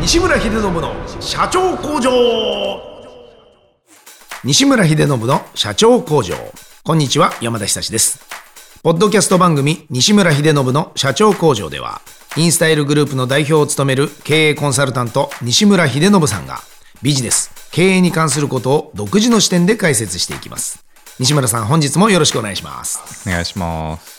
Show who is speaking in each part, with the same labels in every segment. Speaker 1: 西村秀信の社長工場西村秀信の社長工場こんにちは山田久志ですポッドキャスト番組西村秀信の社長工場ではインスタイルグループの代表を務める経営コンサルタント西村秀信さんがビジネス経営に関することを独自の視点で解説していきます西村さん本日もよろしくお願いします
Speaker 2: お願いします。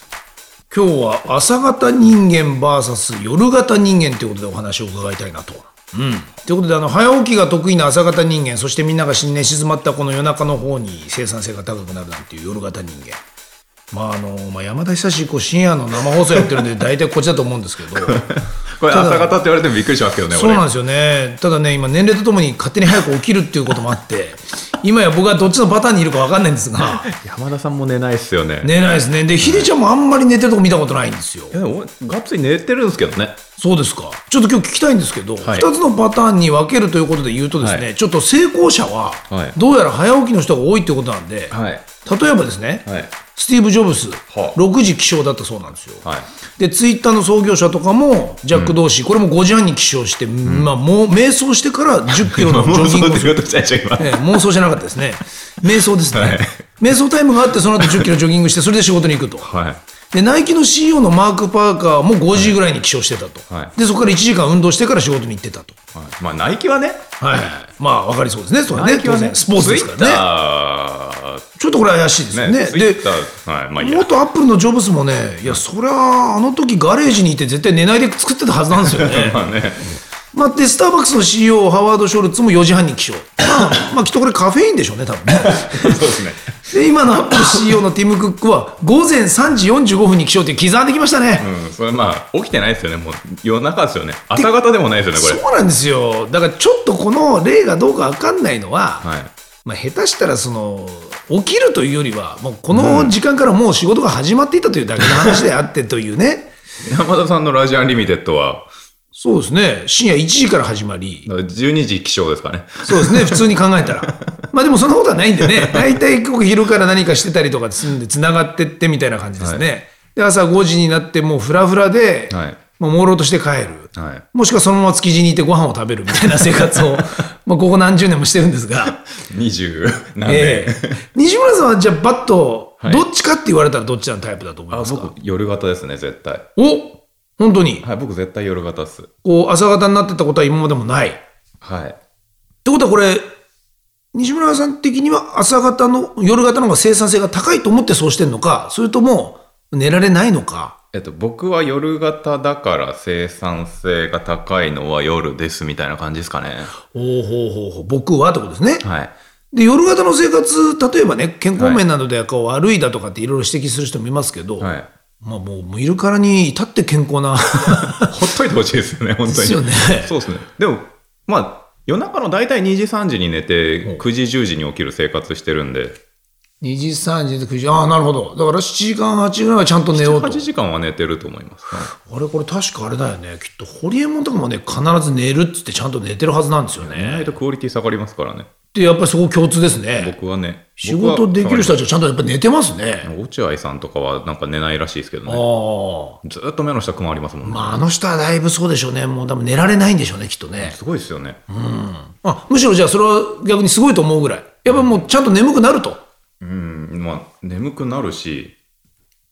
Speaker 1: 今日は朝型人間 VS 夜型人間ということでお話を伺いたいなと。うん、ということであの早起きが得意な朝型人間そしてみんなが寝静まったこの夜中の方に生産性が高くなるなんていう夜型人間。まああのまあ、山田久志こう深夜の生放送やってるんで大体こっちだと思うんですけど
Speaker 2: これ朝方って言われてもびっくりしますけどね、
Speaker 1: そう
Speaker 2: 俺。
Speaker 1: なんですよねただね今年齢とともに勝手に早く起きるっていうこともあって今や僕はどっちのパターンにいるか分かんないんですが
Speaker 2: 山田さんも寝ないっすよね。
Speaker 1: 寝ないですねでヒデちゃんもあんまり寝てるとこ見たことないんですよ
Speaker 2: いや、俺がっつり寝てるんですけどね。
Speaker 1: そうですか。ちょっと今日聞きたいんですけど、二
Speaker 2: はい
Speaker 1: つのパターンに分けるということで言うとですね、
Speaker 2: は
Speaker 1: ちょっと成功者は
Speaker 2: はい
Speaker 1: どうやら早起きの人が多いということなんで、
Speaker 2: はい。
Speaker 1: 例えばですね、
Speaker 2: はい。
Speaker 1: スティーブ・ジョブス、
Speaker 2: はあ
Speaker 1: 6時起床だったそうなんですよ。
Speaker 2: はい。
Speaker 1: でツイッターの創業者とかもジャック・同士、これも5時半に起床して、まあ、もう瞑想してから10キロ のジョギングをする
Speaker 2: うとしちゃいました
Speaker 1: ええ妄想じゃなかったですね、瞑想ですね、
Speaker 2: はい
Speaker 1: 瞑想タイムがあって、その後10キロジョギングして、それで仕事に行くと、
Speaker 2: 今はい。
Speaker 1: でナイキの CEO のマーク・パーカーも5時ぐらいに起床してたと、
Speaker 2: はい
Speaker 1: でそこから1時間運動してから仕事に行ってたと、
Speaker 2: はいまあ、ナイキはね、
Speaker 1: はいまあ分かりそうですね、それ
Speaker 2: ナ
Speaker 1: ね
Speaker 2: イキはね、
Speaker 1: スポーツですからね、
Speaker 2: らね。
Speaker 1: ちょっとこれ怪しいですよね。
Speaker 2: ね、ツイ
Speaker 1: で
Speaker 2: ッター、はい、まあいいや。
Speaker 1: 元アップルのジョブスもね、いや、そりゃあ、あの時ガレージにいて、絶対寝ないで作ってたはずなんですよね。
Speaker 2: まあね、
Speaker 1: まあ、で、スターバックスの CEO、ハワード・ショルツも4時半に起床、 まあ、まあ、きっとこれ、カフェインでしょうね、多分ね。
Speaker 2: そうですね。
Speaker 1: で、今のアップル CEO のティム・クックは、午前3時45分に起床って刻んできましたね。
Speaker 2: うん、それまあ、起きてないですよね、もう夜中ですよね。朝方でもないですよね、こ
Speaker 1: そうなんですよだからちょっとこの例がどうか分かんないのは、
Speaker 2: れ。はい。
Speaker 1: まあ、下手したらその起きるというよりはもうこの時間からもう仕事が始まっていたというだけの話であってというね
Speaker 2: 山田さんのラジアンリミテッドは、
Speaker 1: そうですね深夜1時から始まり
Speaker 2: 12時起床ですかね。
Speaker 1: そうですね普通に考えたら まあでもそんなことはないんでね大体こう昼から何かしてたりとかすんでつながってってみたいな感じですね、で朝5時になってもうフラフラで、
Speaker 2: はい
Speaker 1: もう朦ろうとして帰る、
Speaker 2: はい。
Speaker 1: もしくはそのまま築地にいてご飯を食べるみたいな生活 をまあここ何十年もしてるんですが、
Speaker 2: 20何
Speaker 1: え
Speaker 2: 年。
Speaker 1: え西村さんはじゃあバッと
Speaker 2: はい
Speaker 1: どっちかって言われたらどっちのタイプだと思い
Speaker 2: あ
Speaker 1: ますか、
Speaker 2: 僕、夜型ですね、絶対。
Speaker 1: お本当に
Speaker 2: はい、僕、絶対夜型っす。
Speaker 1: こう朝方になってたことは今までもない。って
Speaker 2: はい。
Speaker 1: ことはこれ西村さん的には朝方の夜型の方が生産性が高いと思ってそうしてるのかそれとも寝られないのか
Speaker 2: えっと、僕は夜型だから生産性が高いのは夜ですみたいな感じですかね。
Speaker 1: ほうほうほうほう僕はってことですね。
Speaker 2: はい。
Speaker 1: で夜型の生活例えばね健康面などでこう悪いだとかっていろいろ指摘する人もいますけど、
Speaker 2: はい。
Speaker 1: まあもう見るからに至って健康な
Speaker 2: ほっといてほしいですよね、本当に。
Speaker 1: ですよね
Speaker 2: そうですね。でも、まあ、夜中の大体2時、3時に寝て、9時、10時に起きる生活してるんで、
Speaker 1: 2時3時で9時ああなるほどだから7時間8時ぐらいはちゃんと寝ようと
Speaker 2: 8時間は寝てると思います。はい
Speaker 1: あれこれ確かあれだよねきっとホリエモンとかもね必ず寝るっつってちゃんと寝てるはずなんですよ
Speaker 2: 寝ない
Speaker 1: ね
Speaker 2: とクオリティ下がりますからね。
Speaker 1: でやっぱりそこ共通ですね
Speaker 2: 僕はね。
Speaker 1: 仕事できる人
Speaker 2: は
Speaker 1: たちはちゃんとやっぱ寝てますね
Speaker 2: 落合さんとかはなんか寝ないらしいですけど
Speaker 1: ああ
Speaker 2: ね。ずーっと目の下くまありますもんね。
Speaker 1: まああの人はだいぶそうでしょうねもう多分寝られないんでしょうねきっとね
Speaker 2: すごいですよね。
Speaker 1: あむしろじゃあそれは逆にすごいと思うぐらいやっぱもうちゃんと眠くなると
Speaker 2: うん、まあ、眠くなるし、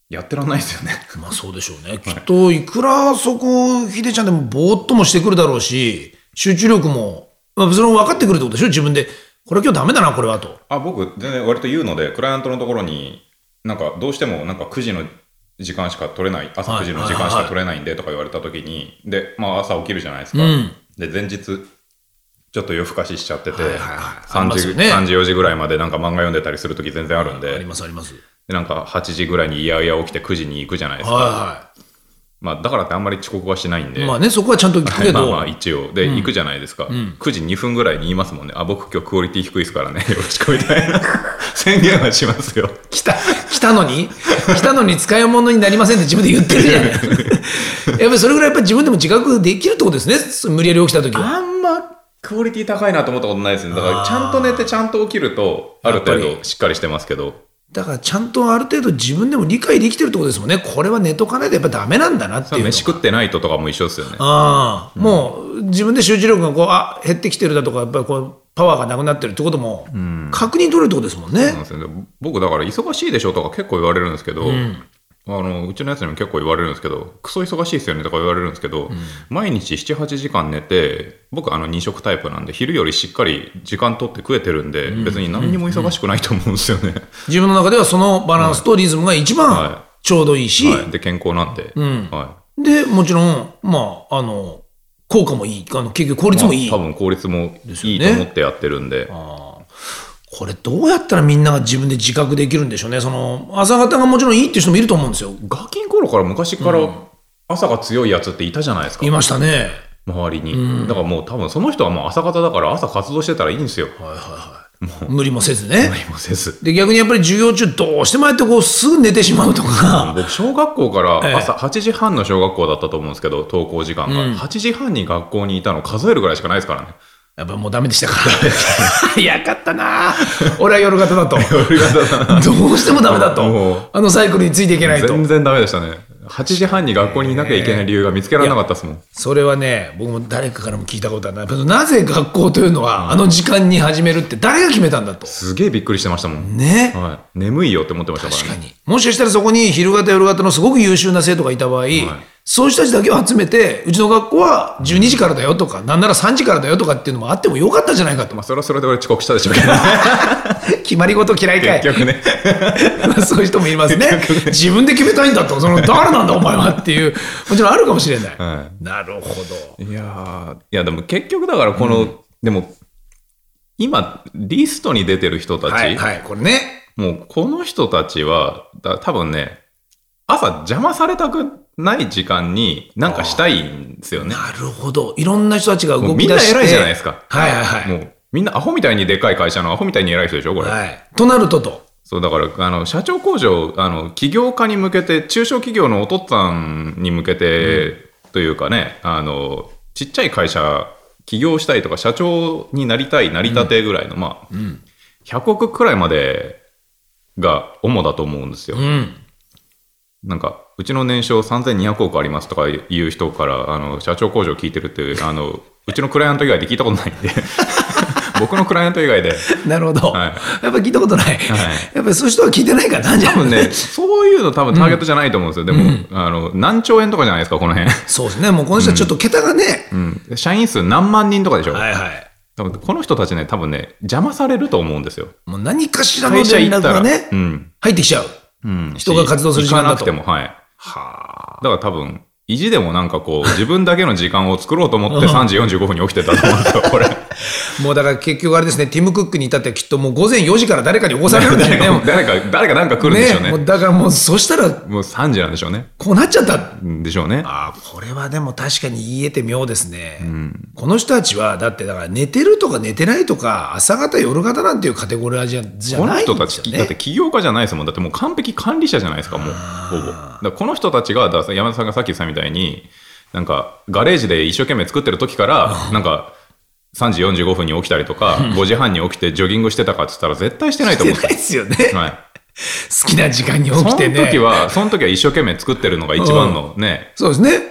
Speaker 2: やってらんないですよね。
Speaker 1: まあそうでしょうね。きっと、いくらそこ、ヒデちゃんでもぼーっともしてくるだろうし、集中力も、まあ、それも分かってくるってことでしょ自分で。これ今日ダメだな、これはと。
Speaker 2: あ、僕、全然割と言うので、クライアントのところに、なんか、どうしても、なんか9時の時間しか取れない、朝
Speaker 1: はい
Speaker 2: 9時の時間しか取れないんでとか言われたときに、で、まあ、朝起きるじゃないですか。
Speaker 1: うん
Speaker 2: で、前日、ちょっと夜更かししちゃってて、
Speaker 1: はいはいはい
Speaker 2: 3
Speaker 1: ありますよ
Speaker 2: 時、
Speaker 1: ね
Speaker 2: 3時、4時ぐらいまでなんか漫画読んでたりするとき全然あるん
Speaker 1: あり
Speaker 2: で、
Speaker 1: ます、あります。
Speaker 2: でなんか8時ぐらいにいやいや起きて9時に行くじゃないですか。
Speaker 1: は
Speaker 2: まあ、だからってあんまり遅刻はしないん
Speaker 1: いは
Speaker 2: で。
Speaker 1: い。まあね、そこはちゃんと聞くけ
Speaker 2: まあ
Speaker 1: ど、
Speaker 2: まあ一応で、行くじゃないですか、9時2分ぐらいに言いますもんねあ僕今日クオリティ低いですからねよ ろしくみたいな宣言はします よ
Speaker 1: 来た、来たのに、来たのに使い物になりませんって自分で言って るじゃない。やっぱりそれぐらいやっぱ自分でも自覚できるってことですね。無理やり起きた時は。
Speaker 2: あんまクオリティ高いなと思ったことないですねだからちゃんと寝てちゃんと起きるとある程
Speaker 1: やっぱ
Speaker 2: 度しっかりしてますけど
Speaker 1: だからちゃんとある程度自分でも理解できてるってことですもんね。これは寝とかないとやっぱダメなんだなっていうのが。
Speaker 2: 飯食ってないととかも一緒ですよね。
Speaker 1: ああ、もう自分で集中力がこうあ減ってきてるだとかやっぱりこうパワーがなくなってるってことも確認取れるってことですもんね。
Speaker 2: そうなんですよね僕だから忙しいでしょとか結構言われるんですけど、うあのうちのやつにも結構言われるんですけどクソ忙しいですよねとか言われるんですけど、毎日78時間寝て僕あの2食タイプなんで昼よりしっかり時間取って食えてるんで、別に何にも忙しくないと思うんですよね、
Speaker 1: 自分の中ではそのバランスとリズムが一番
Speaker 2: は
Speaker 1: ちょうどいいし、
Speaker 2: はい、で健康なんで、は
Speaker 1: で、もちろん、まあ、あの、効果もいい、あの結局効
Speaker 2: い
Speaker 1: 率もいい。
Speaker 2: まあ多分効率もいいと思ってやってるんで
Speaker 1: これどうやったらみんなが自分で自覚できるんでしょうね。その、朝方がもちろんいいっていう人もいると思うんですよ。
Speaker 2: ガキン頃から昔から朝が強いやつっていたじゃないですか、
Speaker 1: いました ね。
Speaker 2: 周りに、だからもう多分その人はもう朝方だから朝活動してたらいいんですよ、
Speaker 1: 無理もせずね。
Speaker 2: 何もせず
Speaker 1: で、逆にやっぱり授業中どうしてもやってこうすぐ寝てしまうとか。
Speaker 2: 僕小学校か
Speaker 1: ええ
Speaker 2: ら朝8時半の小学校だったと思うんですけど登校時間が、8時半に学校にいたの数えるぐらいしかないですからね
Speaker 1: やっぱもうダメでしたから。 早かったな俺は夜型だと。どうしてもダメだ
Speaker 2: も
Speaker 1: と
Speaker 2: う。
Speaker 1: あのサイクルについていけ ないと。
Speaker 2: 全然ダメでしたね8時半に学校にいなきゃいけない理由が見つけられなかったですもん、
Speaker 1: それはね、僕も誰かからも聞いたことあるな。なぜ学校というのは、あの時間に始めるって誰が決めたんだと。
Speaker 2: すげえびっくりしてましたもん、
Speaker 1: ね。
Speaker 2: はい、眠いよって思ってましたから、ね、
Speaker 1: 確かに。もしかしたらそこに昼型夜型のすごく優秀な生徒がいた場合、そういう人たちだけを集めて、うちの学校は12時からだよとか、なんなら3時からだよとかっていうのもあってもよかったんじゃないかと
Speaker 2: ま。あ、それはそれで俺遅刻したでしょうけどね
Speaker 1: 決まり事嫌いかい。
Speaker 2: 結局ね
Speaker 1: まあそういう人もいますね。自分で決めたいんだと、その誰なんだお前はっていう、もちろんあるかもしれない。
Speaker 2: は
Speaker 1: なるほど。
Speaker 2: いやーいやでも結局だからこの、でも今リストに出てる人たち、
Speaker 1: はい、はい、これね。
Speaker 2: もうこの人たちは、だ多分ね、朝邪魔されたくない時間になんかしたいんですよね。
Speaker 1: なるほど。いろんな人たちが
Speaker 2: も
Speaker 1: 動
Speaker 2: うみ
Speaker 1: き
Speaker 2: んな
Speaker 1: 出して。
Speaker 2: 偉いじゃないですか。
Speaker 1: はいはいはい。
Speaker 2: もうみんなアホみたいにでかい会社のアホみたいに偉い人でしょ、これ。
Speaker 1: はい。となるとと。
Speaker 2: そう、だから、あの、社長工場、あの、起業家に向けて、中小企業のお父さんに向けて、というかね、あの、ちっちゃい会社、起業したいとか、社長になりたい、なりたてぐらいの、まあ、100億くらいまでが主だと思うんですよ。
Speaker 1: うん。
Speaker 2: なんか、うちの年商3200億ありますとかいう人から、あの、社長工場聞いてるって、あの、うちのクライアント以外で聞いたことないん で、僕のクライアント以外で、
Speaker 1: なるほど。
Speaker 2: はい
Speaker 1: やっぱ聞いたことない。
Speaker 2: はい
Speaker 1: やっぱりそういう人は聞いてないからなんじゃ
Speaker 2: 多分ね、そういうの多分ターゲットじゃないと思うんですよ。でも、あの、何兆円とかじゃないですか、この辺。
Speaker 1: そうですね。もうこの人はちょっと桁がね。
Speaker 2: うん。社員数何万人とかでしょ。
Speaker 1: はいはい。
Speaker 2: 多分この人たちね、多分ね、邪魔されると思うんですよ。
Speaker 1: もう何かしらの
Speaker 2: 会社
Speaker 1: 連
Speaker 2: 行
Speaker 1: 絡
Speaker 2: った
Speaker 1: が
Speaker 2: ら、
Speaker 1: ね、
Speaker 2: うん。
Speaker 1: 入ってきちゃう。
Speaker 2: うん
Speaker 1: 人が活動する時間だと
Speaker 2: 行かなくても、はい。
Speaker 1: はあ。
Speaker 2: だから多分、意地でもなん かこう、自分だけの時間を作ろうと思って3時45分に起きてたと思うん ですよ、これ。
Speaker 1: もうだから結局あれですね、ティム・クックに至ってはきっともう午前4時から誰かに起こされるんですよ
Speaker 2: 誰
Speaker 1: ね。
Speaker 2: か
Speaker 1: もう
Speaker 2: 誰か、誰かなんか来るんでしょうね。
Speaker 1: もうだからもう、そしたら、
Speaker 2: もう3時なんでしょうね。
Speaker 1: こうなっちゃった。
Speaker 2: でしょうね。
Speaker 1: ああ、これはでも確かに言えて妙ですね。この人たちは、だってだから寝てるとか寝てないとか、朝方、夜方なんていうカテゴリーじゃじゃ
Speaker 2: この
Speaker 1: ないん
Speaker 2: 人た
Speaker 1: です
Speaker 2: ち、
Speaker 1: よね。
Speaker 2: だって起業家じゃないですもん。だってもう完璧管理者じゃないですか、もう、ほぼ。だからこの人たちが、だから山田さんがさっき言ってたみたいに、なんか、ガレージで一生懸命作ってる時から、なんか、3時45分に起きたりとか、5 時半に起きてジョギングしてたかって言ったら絶対してないと思うん
Speaker 1: し
Speaker 2: で
Speaker 1: て
Speaker 2: す
Speaker 1: ない
Speaker 2: よ。
Speaker 1: ですよね。
Speaker 2: はい。
Speaker 1: 好きな時間に起
Speaker 2: その
Speaker 1: きてね。
Speaker 2: 時は、その時は一生懸命作ってるのが一番のね、
Speaker 1: そうですね。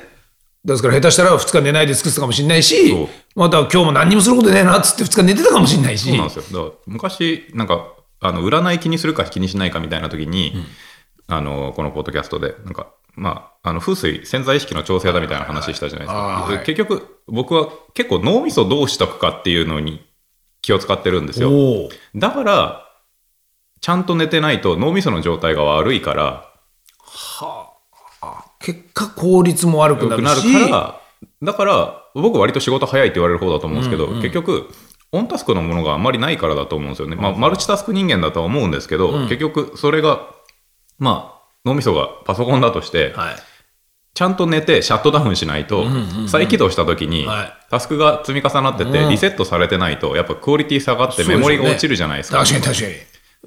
Speaker 1: ですから下手したら2日寝ないで尽くすかもしれないし
Speaker 2: そう、
Speaker 1: または今日も何にもすることねえなっつって2日寝てたかもしれないし。
Speaker 2: そうなんですよ。だから昔、なんか、あの、占い気にするか気にしないかみたいな時に、あの、このポッドキャストで、なんか、まあ、あの、風水、潜在意識の調整だみたいな話したじゃないで
Speaker 1: あ
Speaker 2: すか。
Speaker 1: ー
Speaker 2: で
Speaker 1: はい
Speaker 2: 結局、僕は結構脳みそどうしとくかっていうのに気を使ってるんですよ。
Speaker 1: おお。
Speaker 2: だから、ちゃんと寝てないと脳みその状態が悪いから、
Speaker 1: 結果効率も悪く
Speaker 2: 良
Speaker 1: な
Speaker 2: く
Speaker 1: る
Speaker 2: なる
Speaker 1: し。
Speaker 2: から、だから、僕割と仕事早いって言われる方だと思うんですけど、結局、オンタスクのものがあんまりないからだと思うんですよね。まあ、マルチタスク人間だとは思うんですけど、結局、それが、まあ、脳みそがパソコンだとして、
Speaker 1: はい。
Speaker 2: ちゃんと寝てシャットダウンしないと、再起動した時に
Speaker 1: はい、
Speaker 2: タスクが積み重なってて、リセットされてないと、やっぱクオリティ下がってメモリが落ちるじゃないですか。
Speaker 1: 確かに確かに。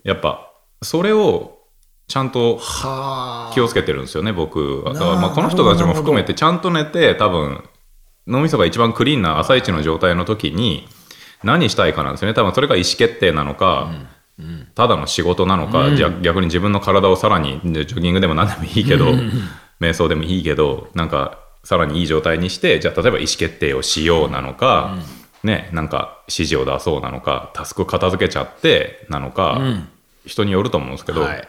Speaker 2: やっぱ、それを、ちゃんと
Speaker 1: はあ。
Speaker 2: 気をつけてるんですよね、僕は。
Speaker 1: な
Speaker 2: だからまあこの人たちも含めて、ちゃんと寝て、多分脳みそが一番クリーンな朝一の状態の時に、何したいかなんですよね、多分それが意思決定なのか、ただの仕事なのか、じゃ逆に自分の体をさらにでジョギングでも何でもいいけど、瞑想でもいいけどなんかさらにいい状態にしてじゃあ例えば意思決定をしようなのか、ねなんか指示を出そうなのかタスク片付けちゃってなのか、人によると思うんですけど、
Speaker 1: はい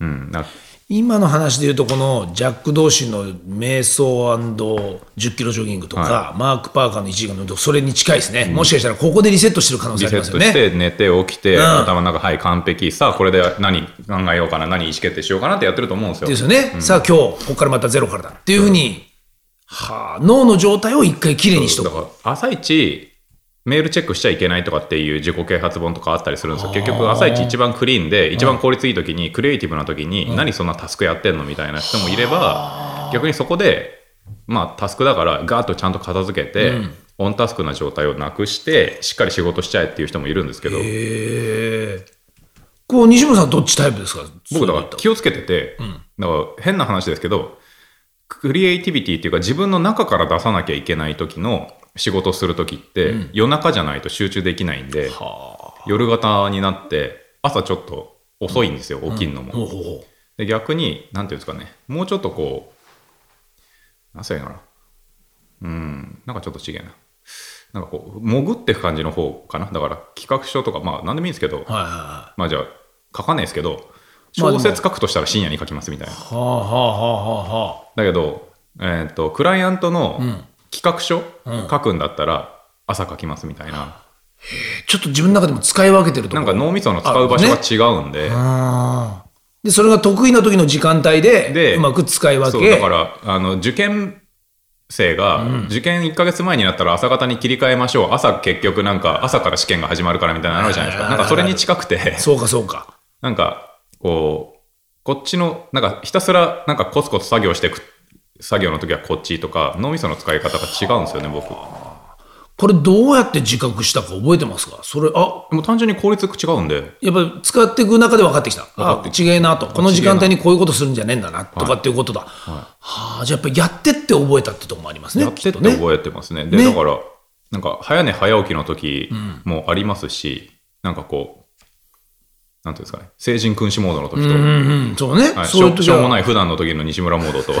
Speaker 2: うん、なんか
Speaker 1: 今の話でいうと、このジャック・同士の瞑想 &10 キロジョギングとか、マーク・パーカーの1時間の運動、それに近いですね、もしかしたらここでリセットしてる可能性
Speaker 2: リ
Speaker 1: あ
Speaker 2: セ
Speaker 1: ります
Speaker 2: ッ
Speaker 1: よ
Speaker 2: トし
Speaker 1: ね。
Speaker 2: て寝て起きて、
Speaker 1: うん
Speaker 2: 頭の中はい完璧さあこれで何考えようかな何意思決定しようかなってやってると思うんですよ
Speaker 1: ですよね、さあ、今日ここからまたゼロからだっていうふうに、はあ、脳の状態を一回きれいにしと
Speaker 2: だ
Speaker 1: く。
Speaker 2: から朝一メールチェックしちゃいけないとかっていう自己啓発本とかあったりするんですよ結局朝一一番クリーンで一番効率いい時にクリエイティブな時に何そんなタスクやってんのみたいな人もいれば逆にそこでまあタスクだからガーッとちゃんと片付けて、オンタスクな状態をなくしてしっかり仕事しちゃえっていう人もいるんですけど
Speaker 1: えーこう西村さん、どっちタイプですか
Speaker 2: 僕だから気をつけてて、だから変な話ですけどクリエイティビティっていうか自分の中から出さなきゃいけない時の仕事する時って、夜中じゃないと集中できないんで夜型になって朝ちょっと遅いんですよ、起きるのも、
Speaker 1: ほうほうほ
Speaker 2: で逆になんていうんですかねもうちょっとこうなんすかいいのかなうんなんかちょっと違えななんかこう潜っていく感じの方かなだから企画書とかまあ何でもいいんですけ
Speaker 1: う
Speaker 2: ど、
Speaker 1: はいはいはい
Speaker 2: まあじゃあ書かないですけど
Speaker 1: まあで
Speaker 2: 小
Speaker 1: も
Speaker 2: 説書くとしたら深夜に書きますみたいな、
Speaker 1: はあはあはあは
Speaker 2: だけど、えー、とクライアントの企画書
Speaker 1: うん
Speaker 2: 書くんだったら朝書きますみたいな、
Speaker 1: あ。ちょっと自分の中でも使い分けてるとこ
Speaker 2: なんか脳みその使う場所
Speaker 1: あるんで
Speaker 2: が違うんで、
Speaker 1: あーで、それが得意な時の時間帯で、
Speaker 2: で
Speaker 1: うまく使い分
Speaker 2: そう
Speaker 1: け。
Speaker 2: だからあの受験生が受験1か月前になったら朝方に切り替えましょう朝結局なんか朝から試験が始まるからみたいなのあるじゃないです
Speaker 1: ある
Speaker 2: か
Speaker 1: あ
Speaker 2: な
Speaker 1: る
Speaker 2: んかそれに近くて
Speaker 1: そうか、そうか。
Speaker 2: なんかこうこっちのなんかひたすらなんかコツコツ作業してく作業の時はこっちとか脳みその使い方が違うんですよね僕も
Speaker 1: これどうやって自覚したか覚えてますかそれ、あ、
Speaker 2: う単純に効率違うんで
Speaker 1: やっぱり使っていく中で分かってきた。
Speaker 2: かっ
Speaker 1: あ
Speaker 2: て、き
Speaker 1: 違えなと。この時間帯にこういうことするんじゃねえんだな、とかっていうことだ。はあ、じゃあやっぱりやってって覚えたってとこもありますね。
Speaker 2: やってって
Speaker 1: きっとね。
Speaker 2: 覚えてますねで
Speaker 1: ね
Speaker 2: だからなんか早寝早起きの時もありますし、なんかこうなんていうんですかね成人君主モードの時と、
Speaker 1: うんうん、そうね。
Speaker 2: はい、
Speaker 1: そういう
Speaker 2: しょ
Speaker 1: 時
Speaker 2: しょうも
Speaker 1: は、やっ
Speaker 2: ない普段の時の西村モードと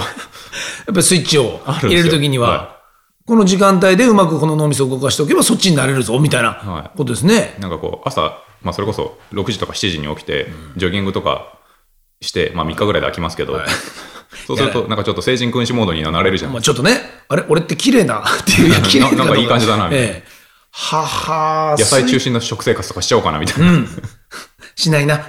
Speaker 1: ぱりスイッチを
Speaker 2: るん
Speaker 1: 入
Speaker 2: です
Speaker 1: れ
Speaker 2: よ
Speaker 1: る時には
Speaker 2: は、
Speaker 1: この時間帯でうまくこの脳みそを動かしておけばそっちになれるぞ、みたいな
Speaker 2: はい
Speaker 1: ことですね。
Speaker 2: なんかこう朝、まあ、それこそ6時とか7時に起きてジョギングとかして、まあ、3日ぐらいで飽きますけど、 そうするとなんかちょっと成人君主モードにはなれるじゃん、
Speaker 1: まあ、ちょっとね、あれ、俺って綺麗なっていう、いや綺麗
Speaker 2: ななんかいい感じだなみたいな
Speaker 1: ええはは
Speaker 2: 野菜
Speaker 1: スイ
Speaker 2: 中心の食生活とかしちゃおうかなみたいな、
Speaker 1: しないな。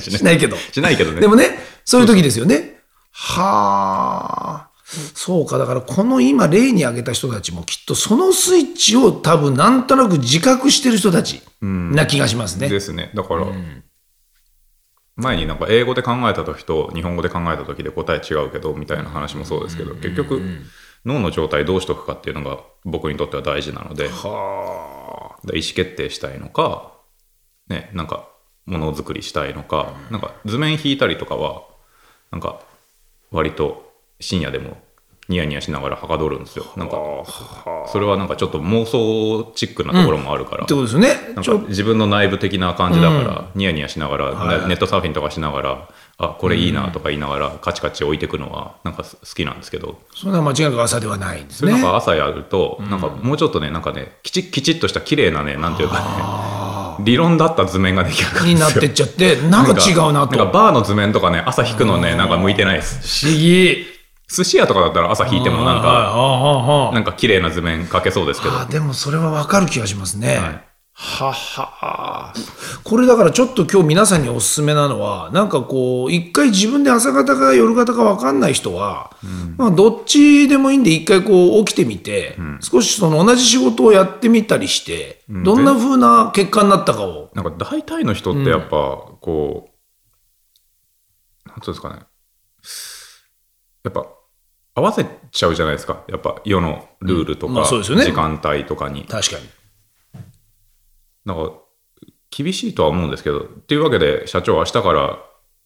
Speaker 1: しないけど。
Speaker 2: しないけどね
Speaker 1: でもね、そういう時ですよね。はあ。そうか、だからこの今例に挙げた人たちもきっとそのスイッチを多分なんとなく自覚してる人たちな気がしますね。
Speaker 2: ですねだから、前になんか英語で考えた時と日本語で考えた時で答え違うけどみたいな話もそうですけど、結局脳の状態どうしとくかっていうのが僕にとっては大事なので
Speaker 1: は
Speaker 2: だから意思決定したいのか、ね、なんかものづくりしたいのか、なんか図面引いたりとかはなんか割と深夜でもニヤニヤしながらはかどるんですよなんかそれはなんかちょっと妄想チックなところもあるから、
Speaker 1: あ。ってことですよ
Speaker 2: な
Speaker 1: ね。
Speaker 2: ん
Speaker 1: ち
Speaker 2: か
Speaker 1: ょ
Speaker 2: 自分の内部的な感じだから、ニヤニヤしながら、ネットサーフィンとかしながらあこれいいなとか言いながら、カチカチ置いてくのはなんか好きなんですけど
Speaker 1: そんな間違いなく朝ではないんです
Speaker 2: それ
Speaker 1: ね。
Speaker 2: なんか朝やると、なんかもうちょっとねなんかねきちっきちっとした綺麗なねなんていうかね理論だった図面ができるから
Speaker 1: になってっちゃって、なんか違うなと。不
Speaker 2: なんかバーの図面とかね朝引くのねなんか向いてないです
Speaker 1: 思議。
Speaker 2: 寿司屋とかだったら朝引いてもなん
Speaker 1: はい
Speaker 2: か
Speaker 1: はいはいはい
Speaker 2: なんか綺麗な図面描けそうですけど
Speaker 1: あーでもそれはわかる気がしますね。
Speaker 2: はい
Speaker 1: ははこれだからちょっと今日皆さんにおすすめなのはなんかこう一回自分で朝方か夜方か分かんない人は、まあ、どっちでもいいんで一回こう起きてみて、少しその同じ仕事をやってみたりして、どんな風な結果になったかを
Speaker 2: なんか大体の人ってやっぱこう、なんつうんですかねやっぱ合わせちゃうじゃないですかやっぱ世のルールと
Speaker 1: うんまあ
Speaker 2: か
Speaker 1: そうですよね
Speaker 2: 時間帯とかに、
Speaker 1: 確かに。
Speaker 2: なんか厳しいとは思うんですけどっていうわけで社長明日から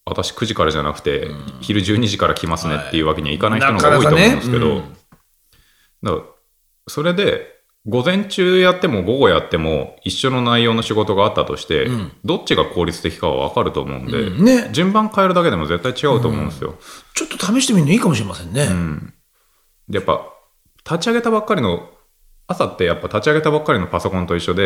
Speaker 2: 私9時からじゃなくて、昼12時から来ますねっていうわけにはいかない人の方が多いと思うんですけど、
Speaker 1: はいなかな
Speaker 2: だからそれで午前中やっても午後やっても一緒の内容の仕事があったとして、どっちが効率的かは分かると思うんで、
Speaker 1: うんね
Speaker 2: 順番変えるだけでも絶対違うと思うんですよ。
Speaker 1: ちょっと試してみるのいいかもしれませんね。
Speaker 2: でやっぱ立ち上げたばっかりの朝ってやっぱ立ち上げたばっかりのパソコンと一緒で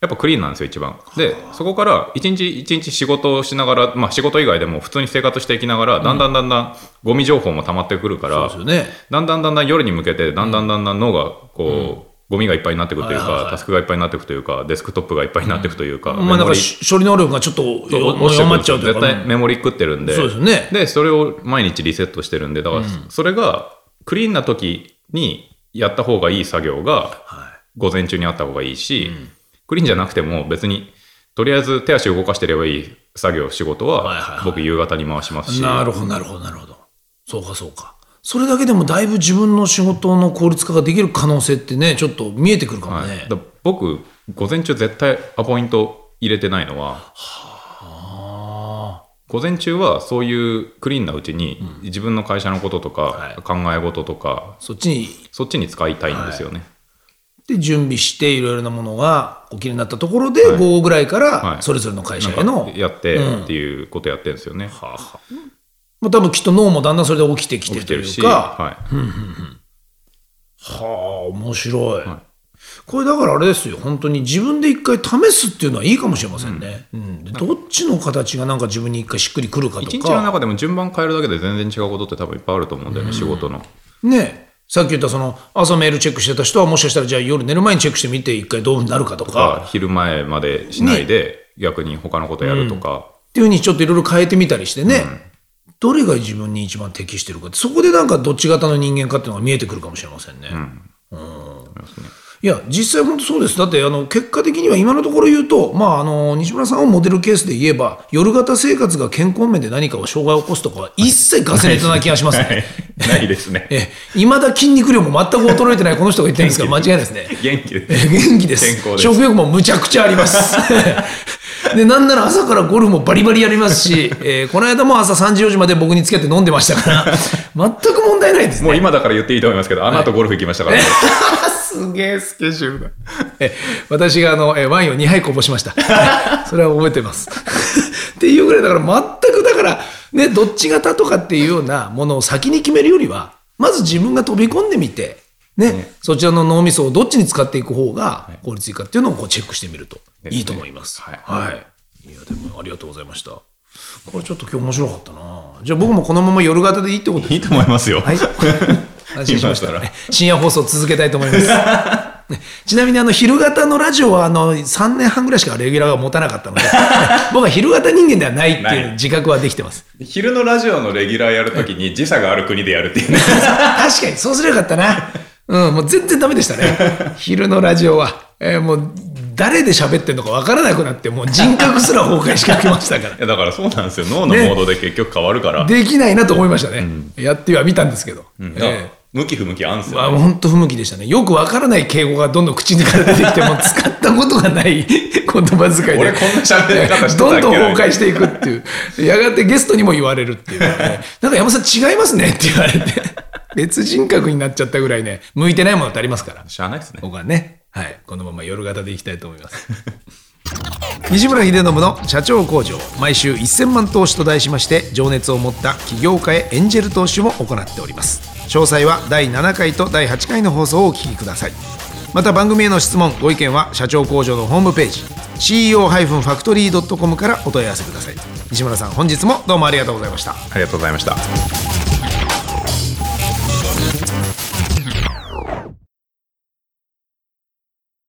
Speaker 2: やっぱクリーンなんですよ一番でそこから一日一日仕事をしながら、まあ、仕事以外でも普通に生活していきながらだんだんだんだんゴミ情報も溜まってくるから、
Speaker 1: そうですよね。
Speaker 2: だんだんだんだん夜に向けてだんだんだんだん脳がこう、ゴミがいっぱいになっていくという
Speaker 1: はいはいは
Speaker 2: か
Speaker 1: い
Speaker 2: タスクがいっぱいになっていくというかデスクトップがいっぱいになっていくというか、
Speaker 1: まあ
Speaker 2: メ
Speaker 1: なん
Speaker 2: モ
Speaker 1: か
Speaker 2: リ
Speaker 1: し処理能力がちょっと
Speaker 2: そう
Speaker 1: よ弱まっちゃうというか、
Speaker 2: 絶対メモリ食ってるんで
Speaker 1: そうですよね
Speaker 2: でそれを毎日リセットしてるんでだからそれがクリーンな時にやった方がいい作業が
Speaker 1: は
Speaker 2: 午前中にあった方がいいし、クリーンじゃなくても別にとりあえず手足を動かしてればいい作業仕事
Speaker 1: はいはいは
Speaker 2: はい僕夕方に回します
Speaker 1: い、
Speaker 2: し、
Speaker 1: なるほどなるほどなるほどそうかそうかそれだけでもだいぶ自分の仕事の効率化ができる可能性ってねちょっと見えてくるかも
Speaker 2: はい
Speaker 1: ね、
Speaker 2: だから僕午前中絶対アポイント入れてないのは
Speaker 1: あ
Speaker 2: 午前中はそういうクリーンなうちに自分の会社のことと
Speaker 1: は
Speaker 2: か
Speaker 1: い
Speaker 2: 考え事とか
Speaker 1: ーそっちに
Speaker 2: そっちに使いたいんですよね。
Speaker 1: で準備していろいろなものがお気になったところで、
Speaker 2: はい
Speaker 1: 午後ぐらいか
Speaker 2: は
Speaker 1: ら
Speaker 2: い
Speaker 1: それぞれの会社へ
Speaker 2: な
Speaker 1: の、
Speaker 2: んかやって
Speaker 1: うん
Speaker 2: っていうことやってるんですよね。
Speaker 1: まあ、多分きっと脳もだんだんそれで起きてきて
Speaker 2: 起
Speaker 1: る
Speaker 2: き
Speaker 1: と
Speaker 2: て
Speaker 1: い
Speaker 2: るし、
Speaker 1: うか
Speaker 2: はい、
Speaker 1: はあ面白い、
Speaker 2: はい
Speaker 1: これだからあれですよ本当に自分で一回試すっていうのはいいかもしれませんね、うんでどっちの形がなんか自分に一回しっくりくるかと
Speaker 2: 一日の
Speaker 1: か
Speaker 2: 中でも順番変えるだけで全然違うことって多分いっぱいあると思うんだよね、仕事の。
Speaker 1: ねさっき言ったその朝メールチェックしてた人はもしかしたらじゃあ夜寝る前にチェックしてみて一回どうなるかとか
Speaker 2: あ昼前までしないで逆に他のことやるとか、
Speaker 1: っていうふうにちょっといろいろ変えてみたりしてね、どれが自分に一番適してるかってそこでなんかどっち型の人間かっていうのが見えてくるかもしれませんね。うんいや実際本当そうですだってあの結果的には今のところ言うと、まあ、あの西村さんをモデルケースで言えば夜型生活が健康面で何かを障害を起こすとかは一切ガセネタな気がしますね。
Speaker 2: ないですね。
Speaker 1: ええ未だ筋肉量も全く衰えてないこの人が言ってるんですから間違いないですね。
Speaker 2: 元気で
Speaker 1: え
Speaker 2: す。
Speaker 1: 元気です
Speaker 2: 健康です
Speaker 1: 食欲もむちゃくちゃあります でなんなら朝からゴルフもバリバリやりますし、えーこの間も朝3時4時まで僕につけて飲んでましたから 全く問題ないですね
Speaker 2: もう今だから言っていいと思いますけど、あの後ゴルフ行きましたから、
Speaker 1: すげえスケジュールだ。え 私があのえワインを2杯こぼしました。 はいそれは覚えてます。 っていうぐらいだから全くだからねどっち型とかっていうようなものを先に決めるよりはまず自分が飛び込んでみて。ねそちらの脳みそをどっちに使っていく方が効率いいかっていうのをこうチェックしてみると
Speaker 2: ですね
Speaker 1: いいと思います。
Speaker 2: はい
Speaker 1: い、いやでもありがとうございました。これちょっと今日面白かったな。じゃあ僕もこのまま夜型でいいってことですね
Speaker 2: いいと思いますよ。
Speaker 1: はい。安心しました。
Speaker 2: 今から
Speaker 1: 深夜放送続けたいと思います。 ねちなみにあの昼型のラジオはあの3年半ぐらいしかレギュラーが持たなかったので 僕は昼型人間ではないっていう自覚はできてます
Speaker 2: 昼のラジオのレギュラーやるときに時差がある国でやるっていう ね。
Speaker 1: 確かにそうすればよかったなうんもう全然ダメでしたね昼のラジオは、えーもう誰で喋ってるのかわからなくなってもう人格すら崩壊しかけましたから
Speaker 2: いやだからそうなんですよ。脳のモードで結局変わるから。
Speaker 1: できないなと思いましたね、やっては見たんですけど、えー
Speaker 2: あ向き不向きあんすよ。
Speaker 1: あ本当不向きでしたねよくわからない敬語がどんどん口から出てきて も使ったことがない 言葉遣いで
Speaker 2: 俺こんな喋り方してたっ
Speaker 1: ど
Speaker 2: け
Speaker 1: んどん崩壊していくっていう やがてゲストにも言われるっていうね、なんか山田さん違いますねって言われて別人格になっちゃったぐらいね向いてないものってありますから
Speaker 2: しゃあないですね。
Speaker 1: 僕はね、はい、このまま夜型でいきたいと思います 西村秀信の社長工場毎週1000万投資と題しまして情熱を持った起業家へエンジェル投資も行っております詳細は第7回と第8回の放送をお聞きくださいまた番組への質問ご意見は社長工場のホームページ CEO-factory.com からお問い合わせください西村さん本日もどうもありがとうございました
Speaker 2: ありがとうございました。